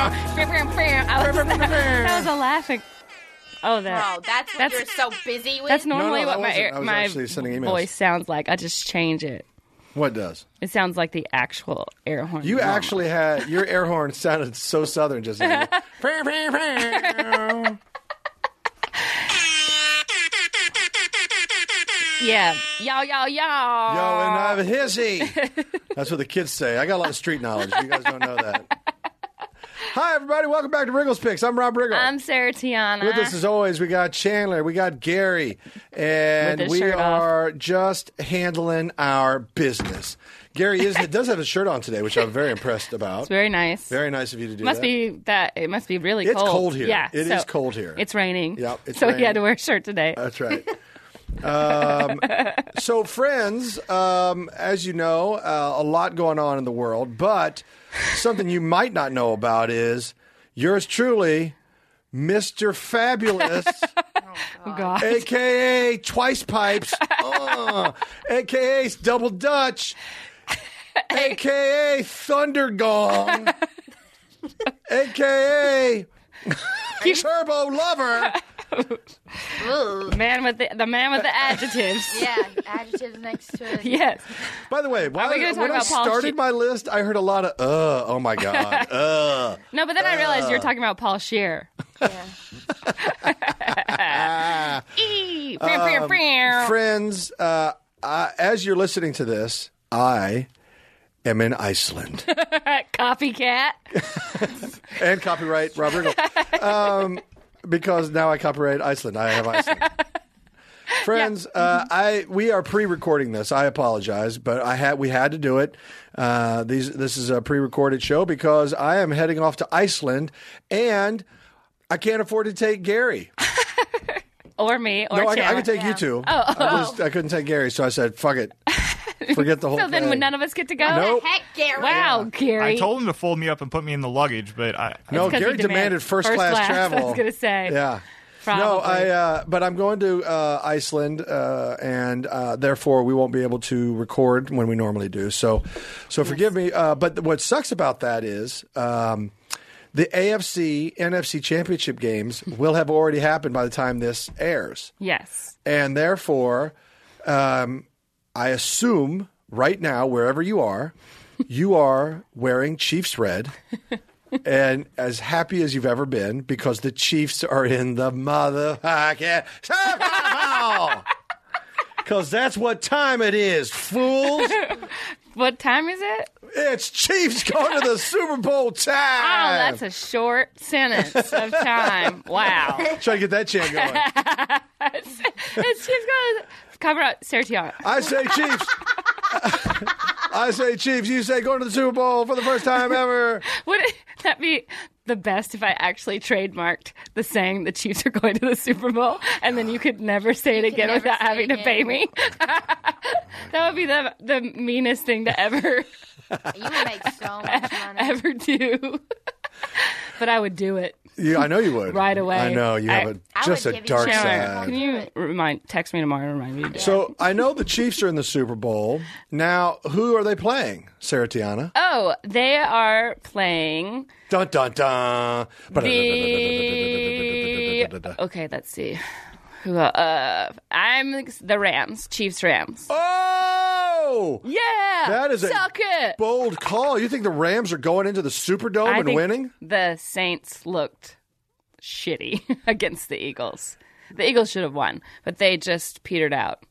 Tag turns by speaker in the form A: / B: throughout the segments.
A: I was, that was a laughing. Oh, that.
B: Bro, that's what
A: That's-
B: you're so busy with.
A: That's normally
C: that
A: what my
C: wasn't. I
A: air,
C: was
A: my
C: actually sending emails.
A: voice sounds like. I just change it.
C: What does?
A: It sounds like the actual air horn.
C: You
A: drama.
C: actually had your air horn sounded so southern just now.
A: yeah, y'all, y'all, y'all.
C: Yo, and I'm a hissy. That's what the kids say. I got a lot of street knowledge. You guys don't know that. Hi, everybody. Welcome back to Wriggles Picks. I'm Rob Riggle.
A: I'm Sarah Tiana.
C: With us, as always, we got Chandler, we got Gary, and
A: With his
C: we
A: shirt off.
C: are just handling our business. Gary is does have his shirt on today, which I'm very impressed about.
A: It's very nice.
C: very nice of you to do
A: must
C: that.
A: be that it must be really
C: It's
A: cold.
C: cold here.
A: Yeah,
C: It
A: so
C: is cold here.
A: It's raining.
C: Yep, it's
A: so he
C: raining. Uh,
A: had to wear a shirt today.
C: That's right. um, so, friends, um, as you know, uh, a lot going on in the world, but something you might not know about is yours truly, Mr. Fabulous,
A: oh God.
C: aka Twice Pipes, uh, aka Double Dutch, aka Thunder Gong, aka Turbo Lover.
B: Ooh.
A: man with the, the man with the adjectives.
B: Yeah, adjectives next to it.
A: yes.
C: By the way, while
A: we gonna
C: I,
A: talk
C: when I
A: about Paul
C: started
A: Schi-
C: my list, I heard a lot of uh, oh my god, uh.
A: No, but then I realized you're talking about Paul Shear.
B: Yeah.
A: Eee, bam, bam,
C: Um,
A: bam.
C: Friends, uh, uh, as you're listening to this, I am in Iceland.
A: Copycat.
C: and copyright Rob Riggle. Um, because now I copyright Iceland. I have Iceland. Friends, uh,
A: Mm-hmm.
C: I we are pre-recording this. I apologize, but I had we had to do it. Uh, these this is a pre-recorded show because I am heading off to Iceland, and I can't afford to take Gary.
A: Or me, or
C: No, I, I
A: Chandler.
C: could take you
B: Yeah.
C: two. Oh, I, just, I couldn't take Gary, so I said, "Fuck it, forget the whole."
A: oh. So then
C: thing.
A: when none of us get to go?
C: Nope.
B: Heck, Gary.
A: Wow, Gary.
D: I told him to fold me up and put me in the luggage, but I, I
C: no,
A: 'cause he
C: Oh, Gary demanded
A: demanded
C: first,
A: first
C: class,
A: class, I was
C: travel.
A: gonna say.
C: yeah.
A: Probably.
C: No, I. Uh, but I'm going to uh, Iceland, uh, and uh, therefore we won't be able to record when we normally do. So, so forgive me. Uh, but what sucks about that is um, the AFC NFC Championship games will have already happened by the time this airs.
A: yes.
C: And therefore, um, I assume right now, wherever you are, you are wearing Chiefs red and as happy as you've ever been because the Chiefs are in the motherfucking Because that's what time it is, fools.
A: What time is it?
C: It's Chiefs going to the Super Bowl
A: Oh,
C: time.
A: that's a short sentence of time. Wow.
C: Try to get that chant going.
A: it's just going to cover up Sarah Tiana.
C: I say Chiefs. I say Chiefs. You say going to the Super Bowl for the first time ever.
A: Would it- that be the best if I actually trademarked the saying the Chiefs are going to the Super Bowl and then you could never say it again
B: never
A: without
B: say
A: having
B: it
A: to pay
B: again.
A: me? that would be the the meanest thing to ever
B: You would make so much money.
A: ever do. but I would do it.
C: Yeah, I know you would.
A: Right away.
C: I know you
A: I-
C: have a,
B: I
C: just
B: would
C: a
B: give you
C: dark
B: a
A: Chandler,
B: chance.
C: side.
A: can you remind text me tomorrow and remind me? to-
C: So I know the Chiefs are in the Super Bowl. Now, who are they playing? Sarah Tiana.
A: Oh, they are playing
C: Dun dun dun.
A: the. Okay, let's see. Who? Uh, I'm the Rams, Chiefs Rams.
C: Oh,
A: Yeah,
C: that is a
A: suck it.
C: bold call. You think the Rams are going into the Superdome
A: I
C: and
A: think
C: winning?
A: The Saints looked shitty against the Eagles. The Eagles should have won, but they just petered out.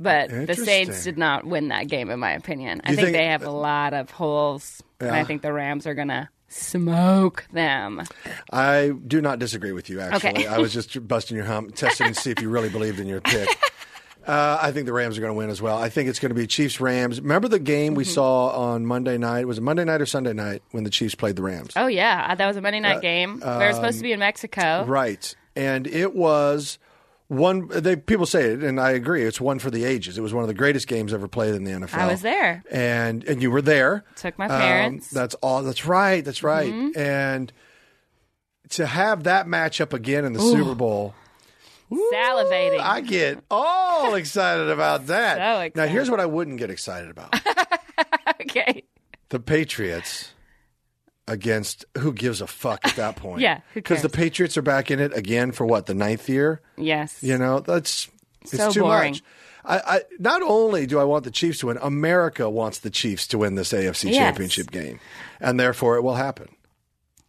A: But the Saints
C: Interesting.
A: did not win that game, in my opinion. I
C: You
A: think,
C: think-
A: they have a lot of holes, and I
C: Yeah.
A: think the Rams are gonna Smoke them.
C: I do not disagree with you, actually.
A: Okay.
C: I was just busting your hump, testing to see if you really believed in your pick. Uh, I think the Rams are going to win as well. I think it's going to be Chiefs Rams. Remember the game
A: Mm-hmm.
C: we saw on Monday night? Was it Monday night or Sunday night when the Chiefs played the Rams?
A: Oh yeah, that was a Monday night game. we were supposed to be in Mexico.
C: Uh, um, Right. And it was one they people say it and I agree, it's one for the ages. It was one of the greatest games ever played in the NFL.
A: I was there.
C: And and you were there. Um,
A: Took my parents. Mm-hmm.
C: that's all that's right, that's right. And to have that matchup again in the Super Bowl.
A: Salivating.
C: I get all excited about that.
A: So
C: Now
A: excited.
C: here's what I wouldn't get excited about.
A: okay.
C: the Patriots against who gives a fuck at that point.
A: Yeah, who
C: Because the Patriots are back in it again for what, the ninth year?
A: Yes.
C: You know, that's it's
A: So
C: too
A: boring.
C: much. I, I not only do I want the Chiefs to win, America wants the Chiefs to win this AFC
A: Yes.
C: championship game. And therefore it will happen.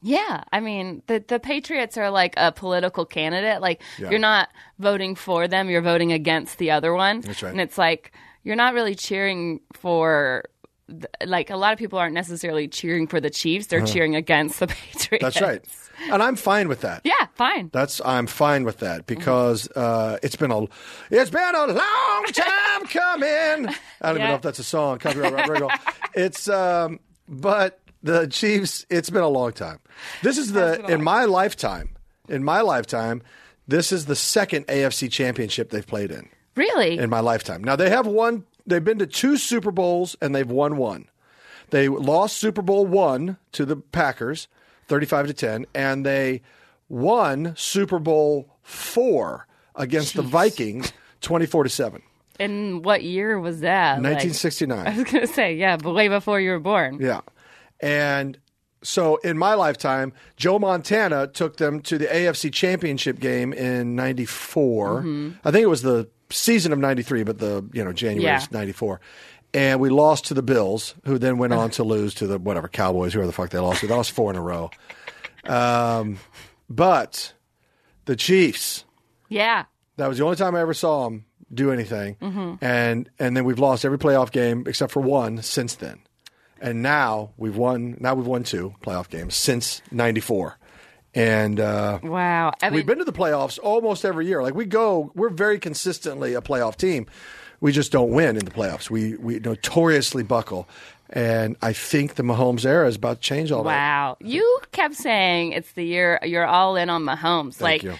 A: Yeah, I mean the the Patriots are like a political candidate. Like
C: Yeah.
A: you're not voting for them, you're voting against the other one. That's
C: right.
A: And it's like you're not really cheering for. th- Like a lot of people aren't necessarily cheering for the Chiefs; they're cheering against the Patriots.
C: Uh-huh. That's right. And I'm fine with that.
A: Yeah, fine. Mm-hmm.
C: That's I'm fine with that because uh, it's been a it's been a long time coming. I don't even know
A: Yeah.
C: if that's a song. Copyright Rob Riggle. It's um, but the Chiefs. It's been a long time. This is the in my lifetime. In my lifetime, this is the second AFC Championship they've played in
A: Really?
C: in my lifetime. Now they have won. They've been to two Super Bowls and they've won one. They lost Super Bowl one to the Packers, thirty-five to ten, and they won Super Bowl four against the Vikings, twenty-four to seven,
A: and what year was that? Like-
C: nineteen sixty-nine.
A: I was gonna say, yeah, but way before you were born.
C: Yeah. And so in my lifetime, Joe Montana took them to the AFC Championship game in 94. I think it was the season of 93, but the, you know, January
A: Yeah.
C: is 94. And we lost to the Bills, who then went on to lose to the whatever Cowboys, whoever the fuck they lost to. That was four in a row. Um, but the Chiefs,
A: Yeah.
C: that was the only time I ever saw them do anything.
A: Mm-hmm.
C: And and then we've lost every playoff game except for one since then. And now we've won. Now we've won two playoff games since '94. And uh,
A: Wow. I mean,
C: we've been to the playoffs almost every year. Like we go, we're very consistently a playoff team. We just don't win in the playoffs. We we notoriously buckle. And I think the Mahomes era is about to change all that.
A: Wow. You kept saying it's the year you're all in on Mahomes. like
C: you.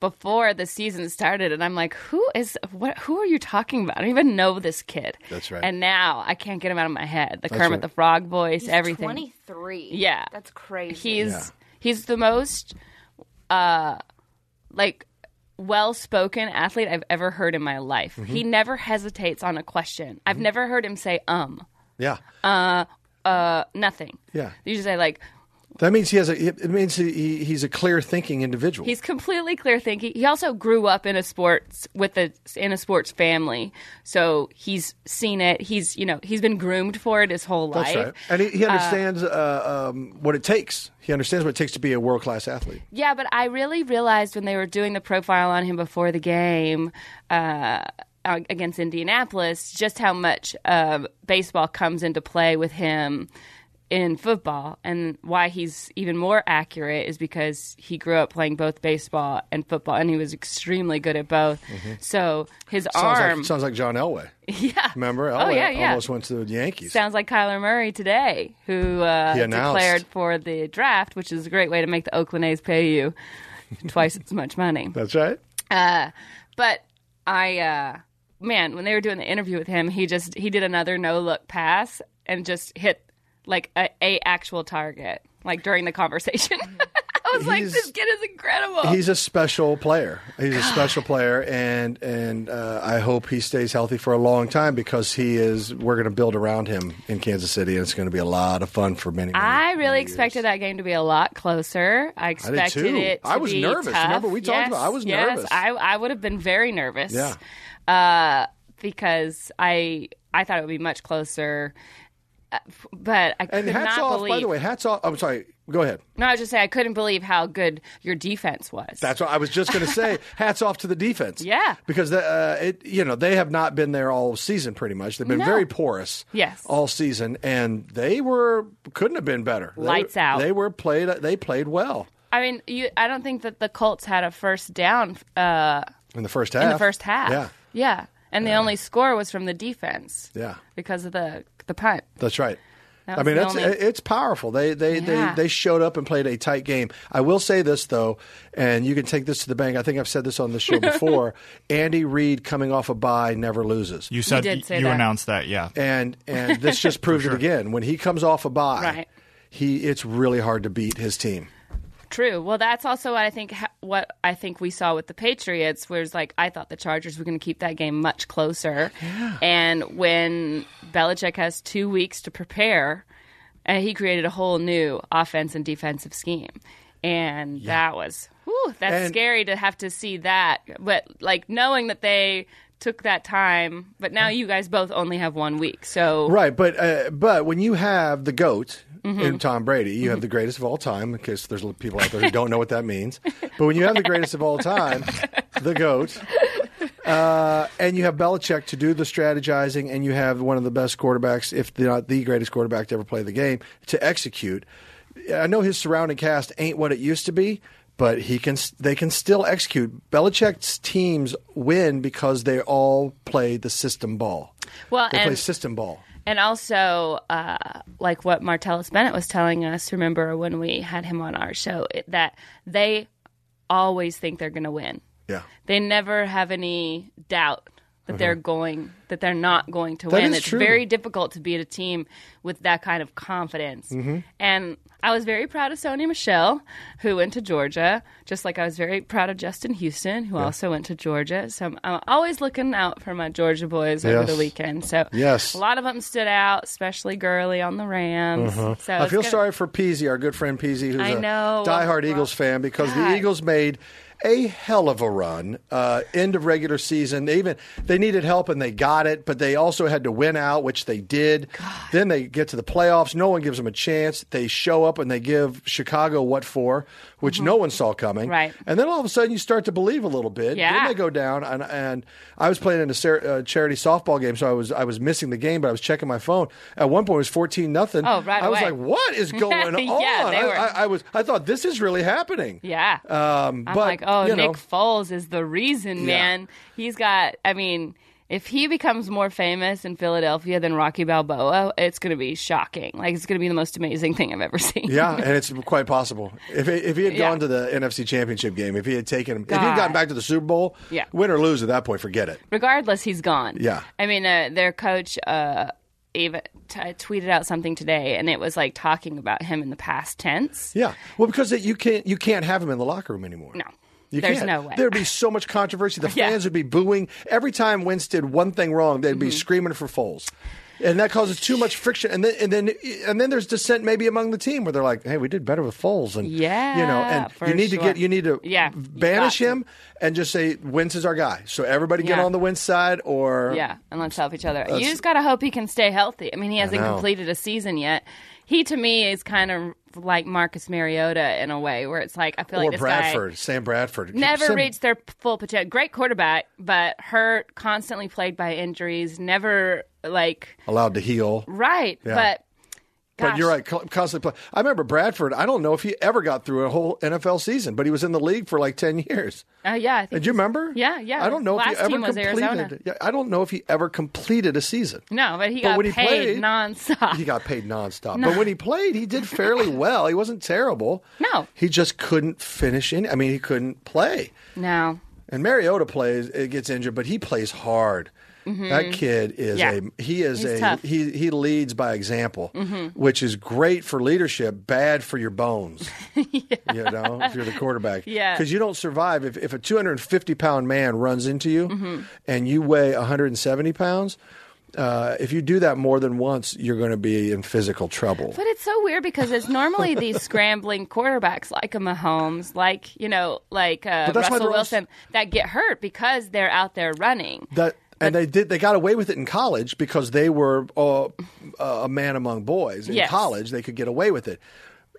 A: before the season started and I'm like, "Who is what who are you talking about? I don't even know this kid."
C: That's right.
A: And now I can't get him out of my head. The Kermit
C: right.
A: the Frog voice,
B: He's
A: everything.
B: 23.
A: Yeah.
B: That's crazy.
A: He's
C: Yeah.
A: he's the most uh like well-spoken athlete I've ever heard in my life.
C: Mm-hmm.
A: He never hesitates on a question. I've never heard him say um,
C: Yeah,
A: uh nothing.
C: Yeah.
A: You just say like
C: that means he has a. It means he- he, he's a clear thinking individual.
A: He's completely clear thinking. He also grew up in a sports with a in a sports family, so he's seen it. He's you know he's been groomed for it his whole life.
C: That's right. And he, he understands uh, um, what it takes. He understands what it takes to be a world class athlete.
A: Yeah, but I really realized when they were doing the profile on him before the game uh, ag- against Indianapolis just how much uh, baseball comes into play with him in football and why he's even more accurate is because he grew up playing both baseball and football and he was extremely good at both. So his
C: Mm-hmm. Sounds
A: arm
C: like, sounds like John Elway.
A: Yeah.
C: Remember?
A: Oh,
C: Elway
A: yeah, yeah.
C: almost went to the Yankees.
A: Sounds like Kyler Murray today, who uh,
C: He announced.
A: declared for the draft, which is a great way to make the Oakland A's pay you twice as much money.
C: That's right.
A: But I, uh, man, when they were doing the interview with him, he just he did another no look pass and just hit like a, a actual target, like during the conversation. I was like,
C: He's-
A: this kid is incredible.
C: He's a special player. He's a special player, and and uh, I hope he stays healthy for a long time because he is. We're going to build around him in Kansas City, and it's going to be a lot of fun for many. many
A: I really
C: many
A: expected
C: years.
A: that game to be a lot closer. I
C: too.
A: expected it. To
C: I was
A: be
C: nervous.
A: tough.
C: Remember, we talked
A: Yes,
C: about it. I was
A: yes,
C: nervous.
A: I I would have been very nervous.
C: Yeah.
A: Uh, because I I thought it would be much closer. but I
C: And
A: could
C: hats
A: not
C: off,
A: believe.
C: by the way, hats off. I'm sorry. Go ahead.
A: No, I was just saying I couldn't believe how good your defense was.
C: That's what I was just going to say. Hats off to the defense.
A: Yeah.
C: because the, uh, it you know they have not been there all season. Pretty much, they've been
A: No.
C: very porous.
A: Yes.
C: all season, and they were couldn't have been better. They-
A: Lights out.
C: They were played. They played well
A: I mean, you. I don't think that the Colts had a first down uh,
C: in the first half.
A: in the first half.
C: Yeah,
A: yeah, and the only score was from the defense.
C: Yeah.
A: because of the the punt.
C: that's right.
A: That
C: I
A: was
C: mean,
A: the
C: that's
A: only-
C: it's powerful. They they,
A: Yeah.
C: they they showed up and played a tight game. I will say this though, and you can take this to the bank. I think I've said this on the show before. Andy Reid coming off a bye never loses.
D: You said
A: did
D: y-
A: say
D: you
A: that.
D: announced that, yeah.
C: and and this just proves it again. When he comes off a bye,
A: Right.
C: he it's really hard to beat his team.
A: True. Well, that's also what I think. ha- What I think we saw with the Patriots was like I thought the Chargers were going to keep that game much closer. And when Belichick has two weeks to prepare, and he created a whole new offense and defensive scheme, and that was whew, that's
C: And-
A: scary to have to see that. But like knowing that they took that time, but now you guys both only have one week, so
C: Right, but uh, but when you have the goat
A: Mm-hmm.
C: in Tom Brady, you have the greatest of all time. In case there's people out there who don't know what that means, but when you have the greatest of all time, the goat, uh, and you have Belichick to do the strategizing, and you have one of the best quarterbacks, if not the greatest quarterback to ever play the game, to execute. I know his surrounding cast ain't what it used to be, but he can they can still execute. Belichick's teams win because they all play the system ball.
A: Well,
C: they play
A: and-
C: system ball.
A: And also, uh, like what Martellus Bennett was telling us, remember when we had him on our show, it- that they always think they're going to win.
C: Yeah.
A: They never have any doubt that they're going, that they're not going to win.
C: is
A: it's
C: true.
A: very difficult to beat a team with that kind of confidence.
C: Mm-hmm.
A: And I was very proud of Sony Michelle, who went to Georgia, just like I was very proud of Justin Houston, who also went to Georgia. So I'm, I'm always looking out for my Georgia boys over
C: Yes.
A: the weekend. So
C: Yes.
A: a lot of them stood out, especially Gurley on the Rams. So
C: Uh-huh. I
A: it's
C: feel
A: gonna-
C: sorry for Peasy, our good friend Peasy, who's
A: I know.
C: a diehard Eagles fan, because the Eagles made a hell of a run. Uh, end of regular season, they even they needed help and they got it, but they also had to win out, which they did. Then they get to the playoffs. No one gives them a chance. They show up and they give Chicago what for, which no one saw coming.
A: Mm-hmm. Right.
C: And then all of a sudden, you start to believe a little bit. Then
A: Yeah.
C: they go down, and and I was playing in a ser- uh, charity softball game, so I was I was missing the game, but I was checking my phone. At one point, it was fourteen nothing.
A: Oh, right
C: I was
A: away.
C: like, what is going
A: Yeah,
C: on?
A: they
C: I,
A: were.
C: I, I was. I thought this is really happening.
A: Yeah.
C: Um,
A: I'm
C: but
A: like, oh, Nick
C: you know,
A: Foles is the reason, man. He's got, I mean, if he becomes more famous in Philadelphia than Rocky Balboa, it's going to be shocking. Like, it's going to be the most amazing thing I've ever seen.
C: yeah, and it's quite possible if he- if he had
A: Yeah.
C: gone to the NFC Championship game, if he had taken him, if he had
A: God.
C: gotten back to the Super Bowl,
A: Yeah.
C: win or lose at that point, forget it.
A: regardless, he's gone.
C: Yeah.
A: I mean, uh, their coach uh, even t- uh, tweeted out something today, and it was like talking about him in the past tense.
C: Yeah, well, because it, you can't you can't have him in the locker room anymore.
A: No.
C: You
A: There's
C: can't.
A: no way.
C: There'd be so much controversy. The
A: Yeah.
C: fans would be booing every time Wentz did one thing wrong. They'd
A: Mm-hmm.
C: be screaming for Foles, and that causes too much friction. And then and then and then there's dissent maybe among the team where they're like, "Hey, we did better with Foles," and
A: Yeah,
C: you know, and
A: for
C: you need to
A: sure.
C: get you need to
A: Yeah, you
C: banish
A: got to.
C: him and just say Wentz is our guy. So everybody get
A: Yeah.
C: on the Wentz side, or
A: Yeah, and let's help each other. You just gotta hope he can stay healthy. I mean, he hasn't
C: know.
A: completed a season yet. He to me is kind of like Marcus Mariota in a way, where it's like I feel
C: or
A: like this
C: Bradford,
A: guy
C: Sam Bradford
A: never
C: Sam-
A: reached their full potential. Great quarterback, but hurt, constantly plagued by injuries, never like
C: allowed to heal.
A: right. But
C: But you're
A: gosh.
C: right, co- constantly play. I remember Bradford. I don't know if he ever got through a whole NFL season, but he was in the league for like ten years.
A: Uh, yeah, I think
C: Do you remember?
A: Yeah, yeah.
C: I don't know if
A: Last
C: he ever
A: team was
C: completed.
A: Arizona.
C: Yeah, I don't know if he ever completed a season.
A: no, but he
C: But
A: got
C: when he
A: paid
C: played,
A: nonstop.
C: He got paid nonstop, but when he played, he did fairly well. He wasn't terrible.
A: No.
C: he just couldn't finish. In I mean, he couldn't play.
A: no,
C: And Mariota plays, it gets injured, but he plays hard. That kid is
A: Mm-hmm. Yeah.
C: a he is
A: He's
C: a
A: tough. Mm-hmm.
C: he he leads by example, which is great for leadership, bad for your bones. You know, if you're the quarterback,
A: Yeah.
C: because you don't survive if if a 250 pound man runs into you
A: Mm-hmm.
C: and you weigh 170 pounds. Uh, if you do that more than once, you're going to be in physical trouble.
A: But it's so weird because it's normally these scrambling quarterbacks like a Mahomes, like you know, like uh,
C: But that's
A: Russell
C: why they're all s-
A: Wilson, that get hurt because they're out there running.
C: That and they did. They got away with it in college because they were uh, a, a man among boys in
A: Yes.
C: college, they could get away with it.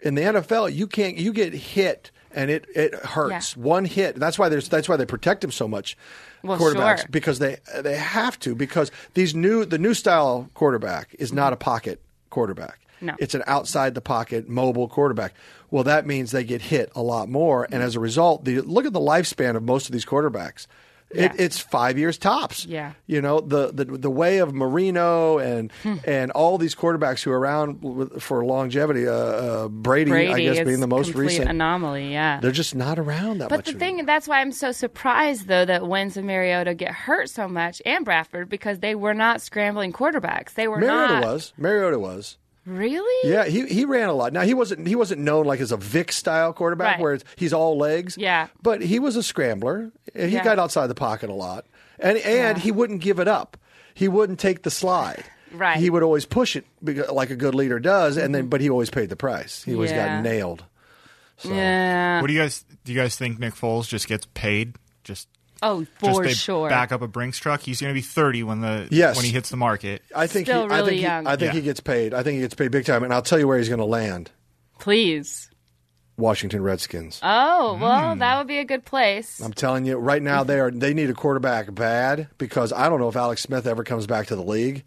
C: In the NFL, you can't. You get hit, and it it hurts.
A: Yeah.
C: One hit. That's why there's. That's why they protect them so much.
A: Well,
C: quarterbacks
A: sure.
C: because they they have to because these new the new style quarterback is not a pocket quarterback.
A: No.
C: It's an outside the pocket mobile quarterback. Well, that means they get hit a lot more, and as a result, the look at the lifespan of most of these quarterbacks. It,
A: Yeah.
C: It's five years tops.
A: Yeah.
C: You know the the, the way of Marino and
A: Hmm.
C: and all these quarterbacks who are around with, for longevity. Uh, uh, Brady, I
A: Brady
C: guess,
A: is
C: being the most
A: complete
C: recent.
A: anomaly. Yeah.
C: They're just not around that much.
A: But the
C: anymore.
A: thing, that's why I'm so surprised, though, that Wentz and Mariota get hurt so much, and Bradford, because they were not scrambling quarterbacks. They were
C: Mariota
A: not.
C: was. Mariota was.
A: Really?
C: Yeah, he, he ran a lot. Now he wasn't he wasn't known like as a Vic style quarterback
A: Right.
C: where it's, he's all legs.
A: Yeah.
C: but he was a scrambler. He
A: Yeah.
C: got outside the pocket a lot, and and he wouldn't give it up. He wouldn't take the slide.
A: Right. Mm-hmm.
C: He would always push it beca- like a good leader does, and then but he always paid the price. He always
A: Yeah.
C: got nailed.
A: Yeah.
D: What do you guys do? You guys think Nick Foles just gets paid? Just
A: Oh,
D: just
A: for
D: they
A: sure.
D: Back up a Brinks truck. He's going to be thirty when the
C: Yes.
D: when he hits the market.
C: I think
A: Still
C: he, I
A: really
C: think he-
A: young.
C: I think
D: Yeah.
C: he gets paid. I think he gets paid big time, and I'll tell you where he's going to land.
A: Please.
C: Washington Redskins.
A: Oh, well, that would be a good place.
C: Hmm. I'm telling you, right now they are they need a quarterback bad because I don't know if Alex Smith ever comes back to the league.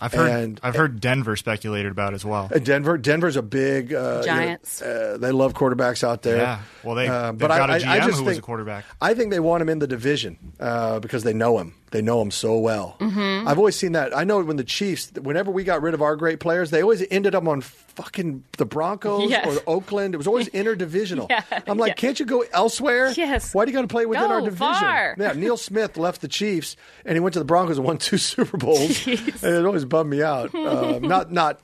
D: I've heard
C: and-
D: I've heard Denver speculated about as well.
C: And Uh, Denver, Denver's a big uh,
A: Giants.
C: you know, uh, they love quarterbacks out there.
D: Yeah. Well, they-
C: Uh,
D: they've
C: but
D: got
C: I-
D: a
C: I- I
D: GM
C: just
D: who was
C: think-
D: a quarterback.
C: I think they want him in the division uh, because they know him. They know him so well.
A: Mm-hmm.
C: I've always seen that. I know when the Chiefs, whenever we got rid of our great players, they always ended up on fucking the Broncos
A: Yes.
C: or the Oakland. It was always interdivisional.
A: Yeah,
C: I'm like,
A: yeah.
C: can't you go elsewhere?
A: Yes.
C: Why do you got to play within
A: Go
C: our division?
A: far.
C: Yeah. Neil Smith left the Chiefs and he went to the Broncos and won two Super Bowls. And it always bummed me out. Uh, not not.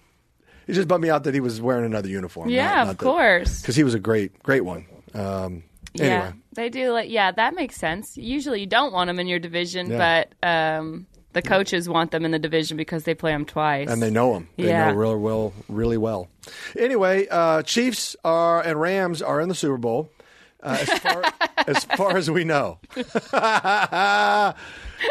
C: It just bummed me out that he was wearing another uniform.
A: Yeah, of course.
C: Because he was a great great one. Um, anyway.
A: Yeah, they do. Like, yeah, that makes sense. Usually, you don't want them in your division,
C: Yeah.
A: but um, the coaches want them in the division because they play them twice.
C: and they know him. They
A: Yeah.
C: know really well, really well. Anyway, uh, Chiefs are and Rams are in the Super Bowl. Uh, as, far, as far as we know. oh my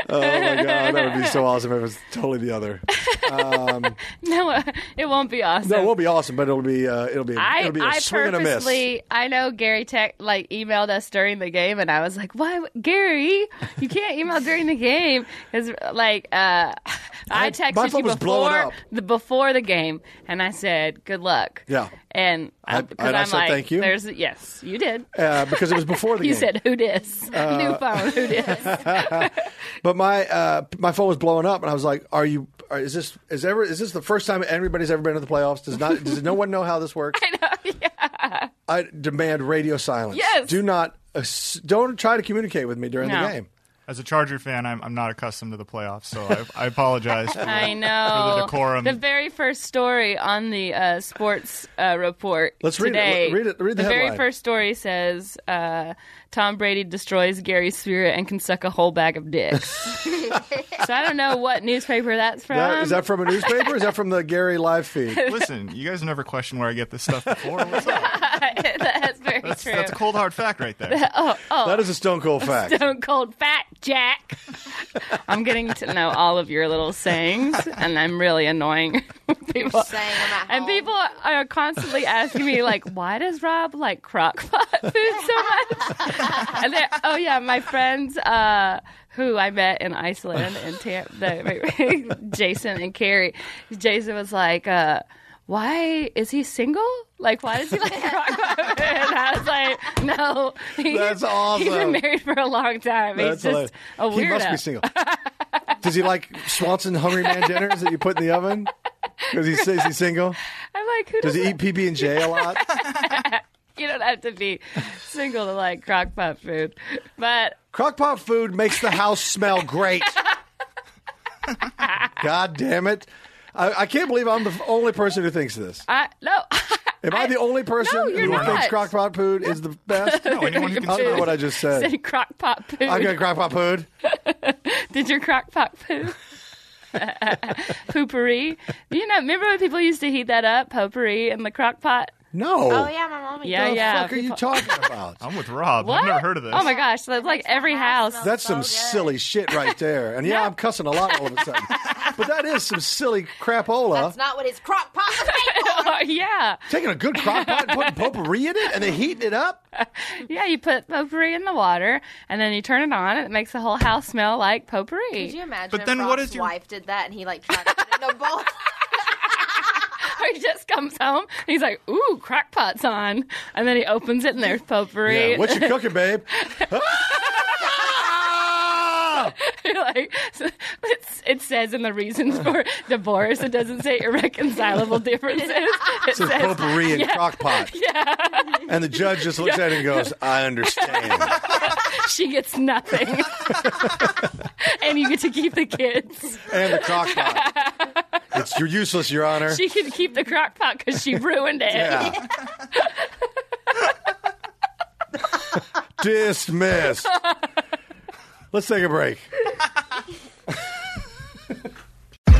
C: god, that would be so awesome if it was totally the other.
A: no, it won't be awesome.
C: No, it will be awesome, but it'll be uh, it'll be
A: I,
C: it'll be a
A: I
C: swing and a miss.
A: purposely, I know Gary Tech like emailed us during the game, and I was like, "Why, w- Gary? You can't email during the game." Because like, uh, I texted
C: my phone
A: you
C: was blowing
A: before
C: up.
A: the before the game, and I said, "Good luck."
C: Yeah.
A: and
C: I-
A: I,
C: and
A: because
C: I
A: am
C: said
A: like,
C: thank you.
A: There's yes, you did.
C: Uh, because it was before the
A: You
C: game.
A: said who dis?
C: Uh,
A: New phone, who dis?
C: But my uh, my phone was blowing up, and I was like, "Are you? Are, is this is ever is this the first time anybody's ever been to the playoffs? Does not does no one know how this works? I know. Yeah. I demand radio silence.
A: Yes.
C: Do not ass- don't try to communicate with me during the
A: No.
C: game.
D: As a Charger fan, I'm I'm not accustomed to the playoffs, so I, I apologize. For,
A: I
D: For the
A: know.
D: decorum.
A: The very first story on the uh, sports uh, report.
C: Let's read it.
A: today,
C: Read it- read the
A: very
C: headline.
A: first story says uh, Tom Brady destroys Gary's spirit and can suck a whole bag of dicks. so I don't know what newspaper that's from.
C: That- Is that from a
A: Um,
C: newspaper? is that from the Gary live feed?
D: Listen, you guys never question where I get this stuff before. What's up?
A: that's very
D: That's,
A: true.
D: that's a cold hard fact right there.
C: That is a stone cold fact.
A: Stone Cold Fat Jack. I'm getting to know all of your little sayings, and I'm really annoying people.
B: Saying I'm at
A: And
B: home.
A: people are constantly asking me, like, why does Rob like crock pot food so much? and they're- oh, yeah, my friends uh, who I met in Iceland, and Tam- the, wait, wait, Jason and Carrie, Jason was like, uh, why is he single? Like, why does he like crock pot food? And I was like, no. He-
C: That's
A: He's
C: awesome.
A: been married for a long time.
C: That's
A: he's just a
C: hilarious.
A: weirdo.
C: He must be single. Does he like Swanson Hungry Man dinners that you put in the oven? Because he says he's single.
A: I'm like, who
C: Does
A: does
C: he eat PB and J a lot?
A: You don't have to be single to like crock pot food, but
C: Crockpot food makes the house smell great. God damn it. I, I can't believe I'm the only person who thinks this.
A: I no.
C: Am I, the only person
A: No, you're
C: who
A: not.
C: thinks crockpot food is the best?
D: No, anyone who can
C: I don't know
D: say
C: what I just said.
A: said crock pot food.
C: I got crockpot food.
A: Did your crock pot poo? Poopery. You know, remember when people used to heat that up, potpourri in the crock pot?
C: No.
B: Oh yeah, my mom.
A: Yeah,
C: the
A: yeah,
C: fuck are you
A: people-
C: talking about?
D: I'm with Rob.
A: What?
D: I've never heard of this.
A: Oh my gosh, that's like every house.
B: That's-
C: That's some
B: So good.
C: silly shit right there. And yeah, I'm cussing a lot all of a sudden. but that is some silly crapola.
B: That's not what his crock pot was made for.
A: Oh, yeah,
C: Taking a good crock pot and putting potpourri in it and then heating it up.
A: yeah. You put potpourri in the water, and then you turn it on, and it makes the whole house smell like potpourri.
B: Could you imagine?
D: But
B: if
D: then what
B: Rob's
D: is your-
B: wife did that and he like tried to put it in a bowl?
A: he just comes home, and he's like, "Ooh, crock pot's on," and then he opens it, and there's potpourri.
C: Yeah, what you cooking, babe? Ah!
A: like it's, it says in the reasons for divorce, it doesn't say irreconcilable differences. It
C: It's
A: says
C: potpourri and crock pot. And the judge just looks at it and goes, I understand.
A: she gets nothing, and you get to keep the kids.
C: And the crock pot. It's, you're useless, Your Honor.
A: She can keep the crock pot because she ruined it.
C: Yeah. Dismissed. Let's take a break.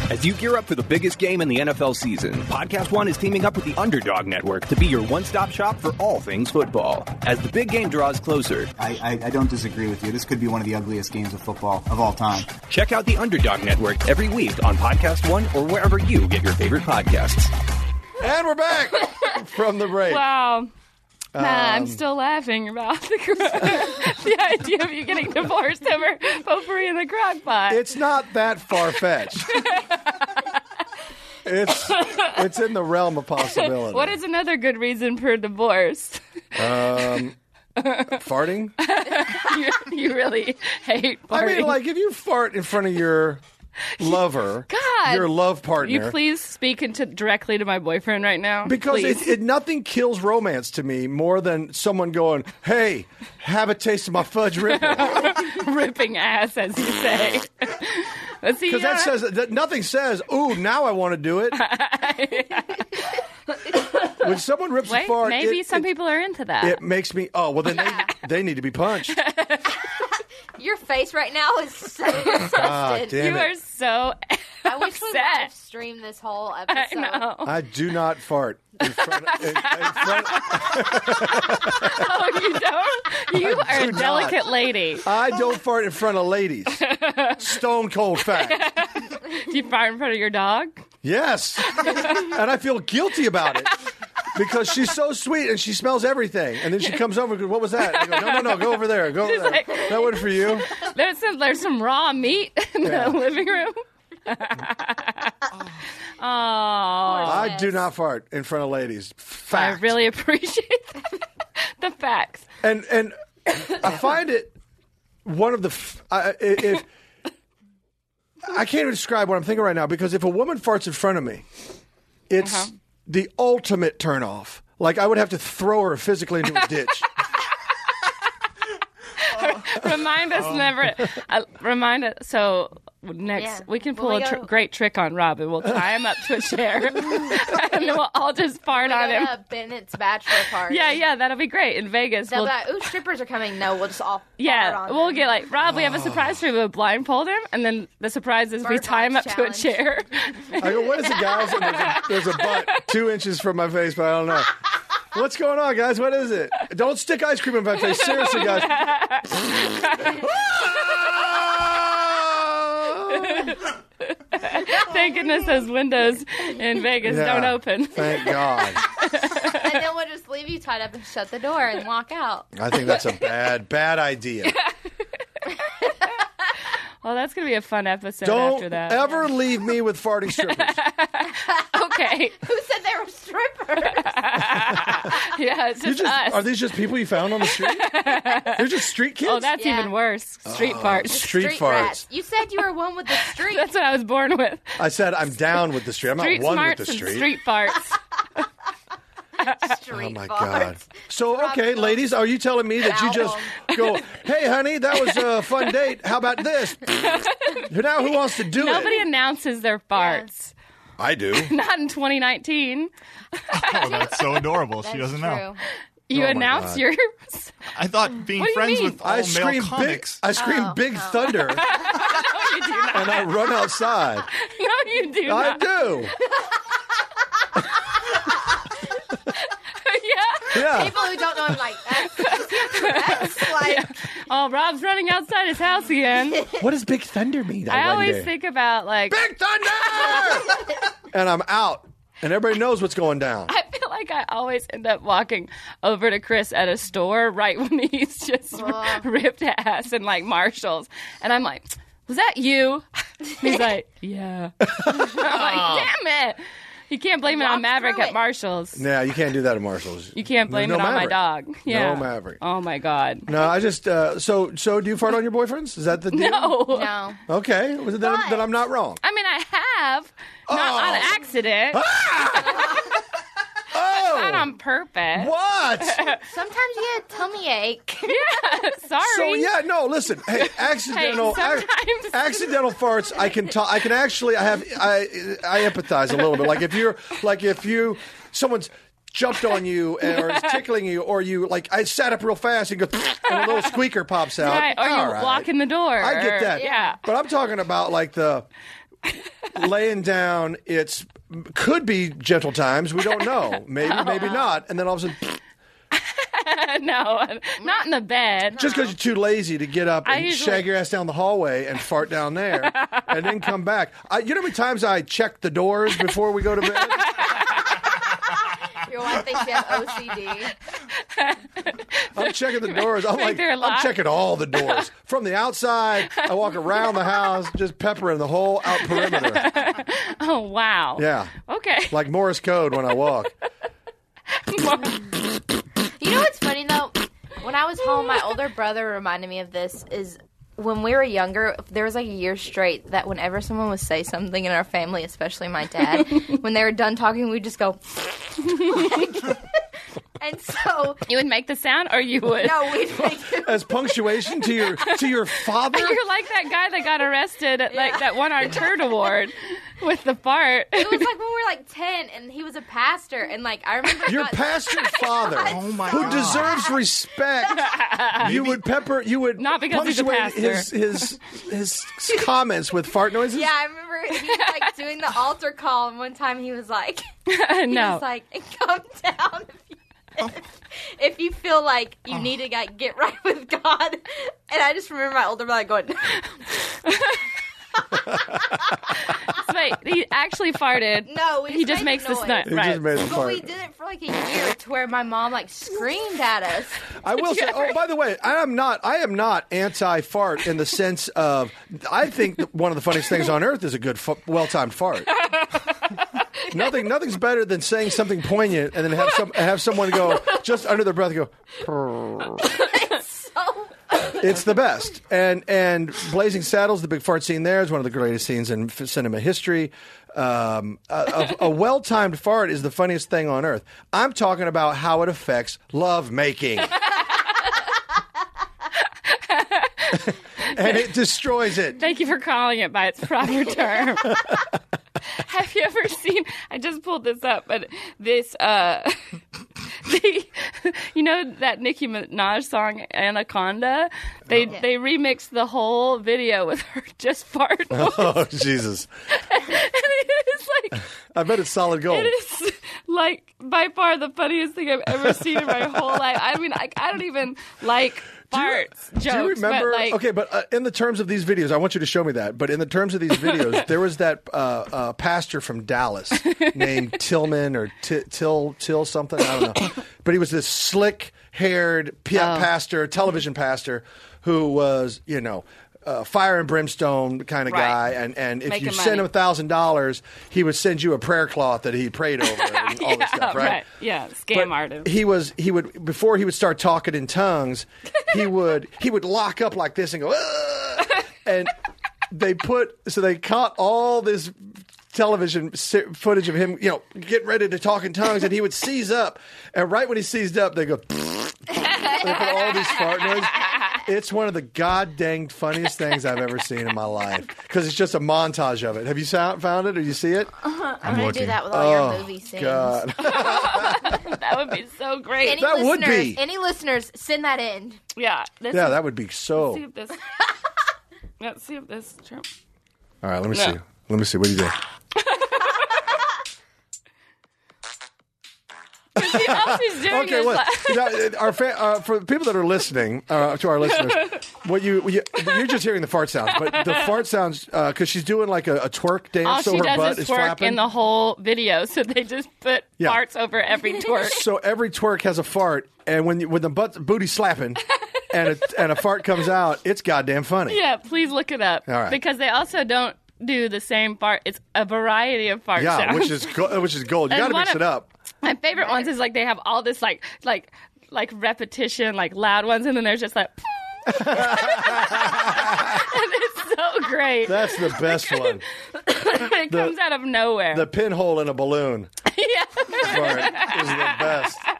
E: As you gear up for the biggest game in the NFL season, Podcast One is teaming up with the Underdog Network to be your one stop shop for all things football. As the big game draws closer,
F: I, I, I don't disagree with you. This could be one of the ugliest games of football of all time.
E: check out the Underdog Network every week on Podcast One or wherever you get your favorite podcasts.
C: And we're back from the break.
A: Wow. Nah, Um,
C: Um,
A: I'm still laughing about the, cro- the idea of you getting divorced over potpourri in the crock pot.
C: It's not that far fetched. it's it's in the realm of possibility.
A: what is another good reason for divorce?
C: farting?
A: you, you really hate farting.
C: I mean, like if you fart in front of your lover,
A: God.
C: your love
A: Will you
C: partner,
A: please speak into, directly to my boyfriend right now?
C: because
A: Please.
C: it, it nothing kills romance to me more than someone going, "Hey, have a taste of my fudge ripple."
A: ripping ass, as you say. Let's see.
C: Because that says that nothing says. Ooh, now I want to do it. when someone rips
A: Wait,
C: a fart,
A: maybe
C: it,
A: some
C: it-
A: people are into that.
C: It makes me. Oh well, then they, they need to be punched.
B: Your face right now is so disgusted.
C: Ah,
A: you
C: damn it.
A: are so.
B: I wish we
A: upset.
B: live streamed this whole episode.
A: I know.
C: I do not fart in front. Of, in, in front
A: Oh, you don't. You are a
C: not.
A: delicate lady.
C: I don't fart in front of ladies. Stone cold fact.
A: Do you fart in front of your dog?
C: Yes, and I feel guilty about it. Because she's so sweet and she smells everything, and then she comes over. and goes, What was that? I go, no, no, no, go over there, go over there.
A: like-
C: that one for you.
A: There's some there's some raw meat in
C: Yeah.
A: the living room. oh,
C: I do not fart in front of ladies.
A: I
C: Fact.
A: really appreciate that. the facts.
C: and and I find it one of the f- I, I- if I can't even describe what I'm thinking right now because if a woman farts in front of me, it's
A: Uh-huh.
C: the ultimate turnoff. Like I would have to throw her physically into a ditch.
A: Remind us
C: Oh.
A: never. Uh, remind us. So next
B: Yeah.
A: we can
B: Well,
A: pull
B: we
A: a tr-
B: gotta-
A: great trick on Robin. We'll tie him up to a chair, and then we'll all just fart
B: Go uh,
A: on him.
B: to Bennett's bachelor party.
A: Yeah, yeah, that'll be great in Vegas.
B: They'll
A: we'll,
B: be like, ooh, strippers are coming. No, we'll just all
A: yeah,
B: fart on
A: we'll
B: them.
A: get like Rob. We have a surprise for you. We'll blindfold him, and then the surprise is we
B: Bird
A: tie him up
B: box
A: to a chair.
C: I go, what is it, guys? And there's, a, there's a butt two inches from my face, but I don't know. What's going on, guys? What is it? Don't stick ice cream in my face. Seriously, guys.
A: Thank goodness those windows in Vegas
C: Yeah.
A: don't open.
C: Thank God.
B: and then we'll just leave you tied up and shut the door and walk out.
C: I think that's a bad, bad idea.
A: Well, that's gonna be a fun episode after
C: Don't
A: that.
C: ever leave me with farting strippers.
A: Okay,
B: Who said they were strippers?
A: yeah, it's
C: You
A: just,
C: just-
A: us.
C: are these just people you found on the street? They're just street kids.
A: oh, that's
B: Yeah.
A: even worse. Street farts.
C: street, farts.
B: rats. You said you were one with the street.
A: That's what I was born with.
C: I said I'm down with the street. I'm
A: Street
C: not one with
A: smarts
C: the street.
A: and street farts.
B: street
C: Oh my
B: farts.
C: god! So okay,
B: Rob-
C: ladies, are you telling me that you just go, "Hey, honey, that was a fun date. How about this?" now who wants to do
A: Nobody
C: it?
A: announces their farts.
C: I do.
A: Not in 2019.
D: Oh, that's so adorable.
B: That's
D: she doesn't
B: true.
D: know.
A: You
C: Oh my
A: announce
C: God.
A: yours.
D: I thought being
A: What do you
D: friends
A: mean?
D: with all
C: I
D: male
C: scream big.
D: comics.
C: I scream
B: Oh,
C: big
B: no.
C: thunder, and
A: No, you do not.
C: I run outside.
A: No, you do
C: I
A: not.
C: do. Yeah.
B: People who don't know him like that's, that's like
A: Oh, Rob's running outside his house again.
C: What does Big Thunder mean?
A: I always
C: wonder?
A: think about like
C: Big Thunder, and I'm out, and everybody knows what's going down.
A: I feel like I always end up walking over to Chris at a store right when he's just r- ripped ass and like Marshalls, and I'm like, "Was that you?" He's like, "Yeah." I'm like, "Damn it!" You can't blame it
B: Walk
A: on Maverick
B: through
A: at
B: it.
A: Marshalls.
C: Yeah, you can't do that at Marshalls.
A: You can't blame
C: no
A: it on my
C: Maverick.
A: dog. Yeah.
C: Maverick.
A: Oh my god.
C: No, I just uh, so so. Do you fart on your boyfriends? Is that the deal?
A: No.
B: no.
C: Okay, well, then, I'm, then I'm not wrong.
A: I mean, I have not on
C: Oh.
A: accident, not
C: Oh,
A: on purpose.
C: what?
B: Sometimes you get a tummy ache.
A: Sorry.
C: So yeah, no. Listen, hey, accidental,
A: Hey, sometimes-
C: accidental farts. I can talk. I can actually. I have. I I empathize a little bit. Like if you're, like if you, someone's jumped on you or is tickling you, or you like I sat up real fast and go, and a little squeaker pops out.
A: Right, or you
C: All right.
A: walk in the door.
C: I
A: or-
C: get that.
A: Yeah.
C: But I'm talking about like the laying down. It's could be gentle times. We don't know. Maybe, maybe
A: Oh.
C: not. And then all of a sudden,
A: no, not in the bed.
C: just because you're too lazy to get up
A: I
C: and
A: usually-
C: shag your ass down the hallway and fart down there, and then come back. I, you know how many times I check the doors before we go to bed?
B: Your wife thinks you have OCD.
C: I'm checking the doors. I'm like,
A: they're
C: I'm
A: locked.
C: checking all the doors from the outside. I walk around the house, just peppering the whole out perimeter.
A: Oh wow.
C: Yeah,
A: Okay.
C: like Morse code when I walk.
B: You know what's funny though? When I was home, my older brother reminded me of this. Is when we were younger, there was like a year straight that whenever someone would say something in our family, especially my dad, when they were done talking, we'd just go. and so,
A: you would make the sound, or you would.
B: no, we'd make
C: as punctuation to your to your father.
A: You're like that guy that got arrested at like that won our turd award with the fart.
B: It was like when we were like ten, and he was a pastor, and like I remember.
C: Your
B: not-
C: pastor's father,
D: Oh my
C: who
D: God.
C: deserves respect, you would pepper, you would
A: Not because he's a
C: punctuate his
A: pastor.
C: his his comments with fart noises.
B: Yeah, I remember he was like doing the altar call, and one time he was like, he
A: no.
B: was like, "Come down if you, if you feel like you need to like, get right with God." And I just remember my older brother going,
A: So, wait, he actually farted.
B: "No, we
A: He just
B: made
A: makes
B: a
A: this
B: noise."
A: nut.
C: He
A: right.
C: just made the
B: But
C: fart.
B: we did it for like a year to where my mom like screamed at us.
C: I will say. Oh, by the way, I am not. I am not anti-fart in the sense of. I think that one of the funniest things on earth is a good, fu- well-timed fart. Nothing. Nothing's better than saying something poignant and then have some have someone go just under their breath go.
B: So
C: It's the best. And and Blazing Saddles, the big fart scene there is one of the greatest scenes in f- cinema history. Um, a a, a well timed fart is the funniest thing on earth. I'm talking about how it affects love making. and it destroys it.
A: Thank you for calling it by its proper term. Have you ever seen? I just pulled this up, but this, uh, the, you know that Nicki Minaj song "Anaconda." They they remixed the whole video with her just farting.
C: Oh Jesus!
A: it's like
C: I bet it's solid gold.
A: it is like by far the funniest thing I've ever seen in my whole life. I mean, like I don't even like farts jokes.
C: Do you
A: But
C: remember?
A: like,
C: okay, but uh, in the terms of these videos, I want you to show me that. But in the terms of these videos, there was that uh, uh, pastor from Dallas named Tillman or T- Till Till something. I don't know. But he was this slick haired p-
A: Oh.
C: pastor, television pastor, who was you know. Uh, fire and brimstone kind of
A: Right.
C: guy, and and if
A: Making
C: you sent him
A: money.
C: a thousand dollars, he would send you a prayer cloth that he prayed over and all this stuff, right?
A: Yeah, scam
C: But
A: artist.
C: He was he would before he would start talking in tongues, he would he would lock up like this and go "Ugh," and they put so they caught all this television se- footage of him, you know, getting ready to talk in tongues and he would seize up and right when he seized up they go they put all these fart noises. It's one of the god dang funniest things I've ever seen in my life because it's just a montage of it. Have you sou- found it or you see it?
B: I'm gonna do that with all your movie scenes.
C: Oh, God.
A: that would be so great.
B: Any
C: That would
B: listeners,
C: be.
B: any listeners, send that in.
A: Yeah. This
C: Yeah,
A: is-
C: that would be so.
A: see if this. Let's see if this. True.
C: All right, let me
A: No.
C: see. Let me see. What do you do?
A: Because else he's doing
C: Okay,
A: is
C: well,
A: like-
C: now, uh, our fa- uh, for the people that are listening uh, to our listeners, what you, what you you're just hearing the fart sound, but the fart sounds because she's doing like a, a twerk dance,
A: all
C: Oh, so
A: she
C: her
A: does
C: butt
A: is
C: is,
A: twerk
C: flapping.
A: in the whole video, so they just put
C: Yeah.
A: parts over every twerk.
C: so every twerk has a fart, and when you, when the butt booty slapping and a, and a fart comes out, it's goddamn funny.
A: yeah, please look it up
C: All right.
A: because they also don't do the same fart. It's a variety of fart
C: Yeah,
A: sounds.
C: which is go- which is gold. You
A: And
C: got to
A: one
C: mix
A: of-
C: it up.
A: My favorite ones is like they have all this like like like repetition, like loud ones, and then there's just like. and it's so great.
C: That's the best one.
A: it comes out of nowhere.
C: The pinhole in a balloon
A: yeah.
C: fart is the best.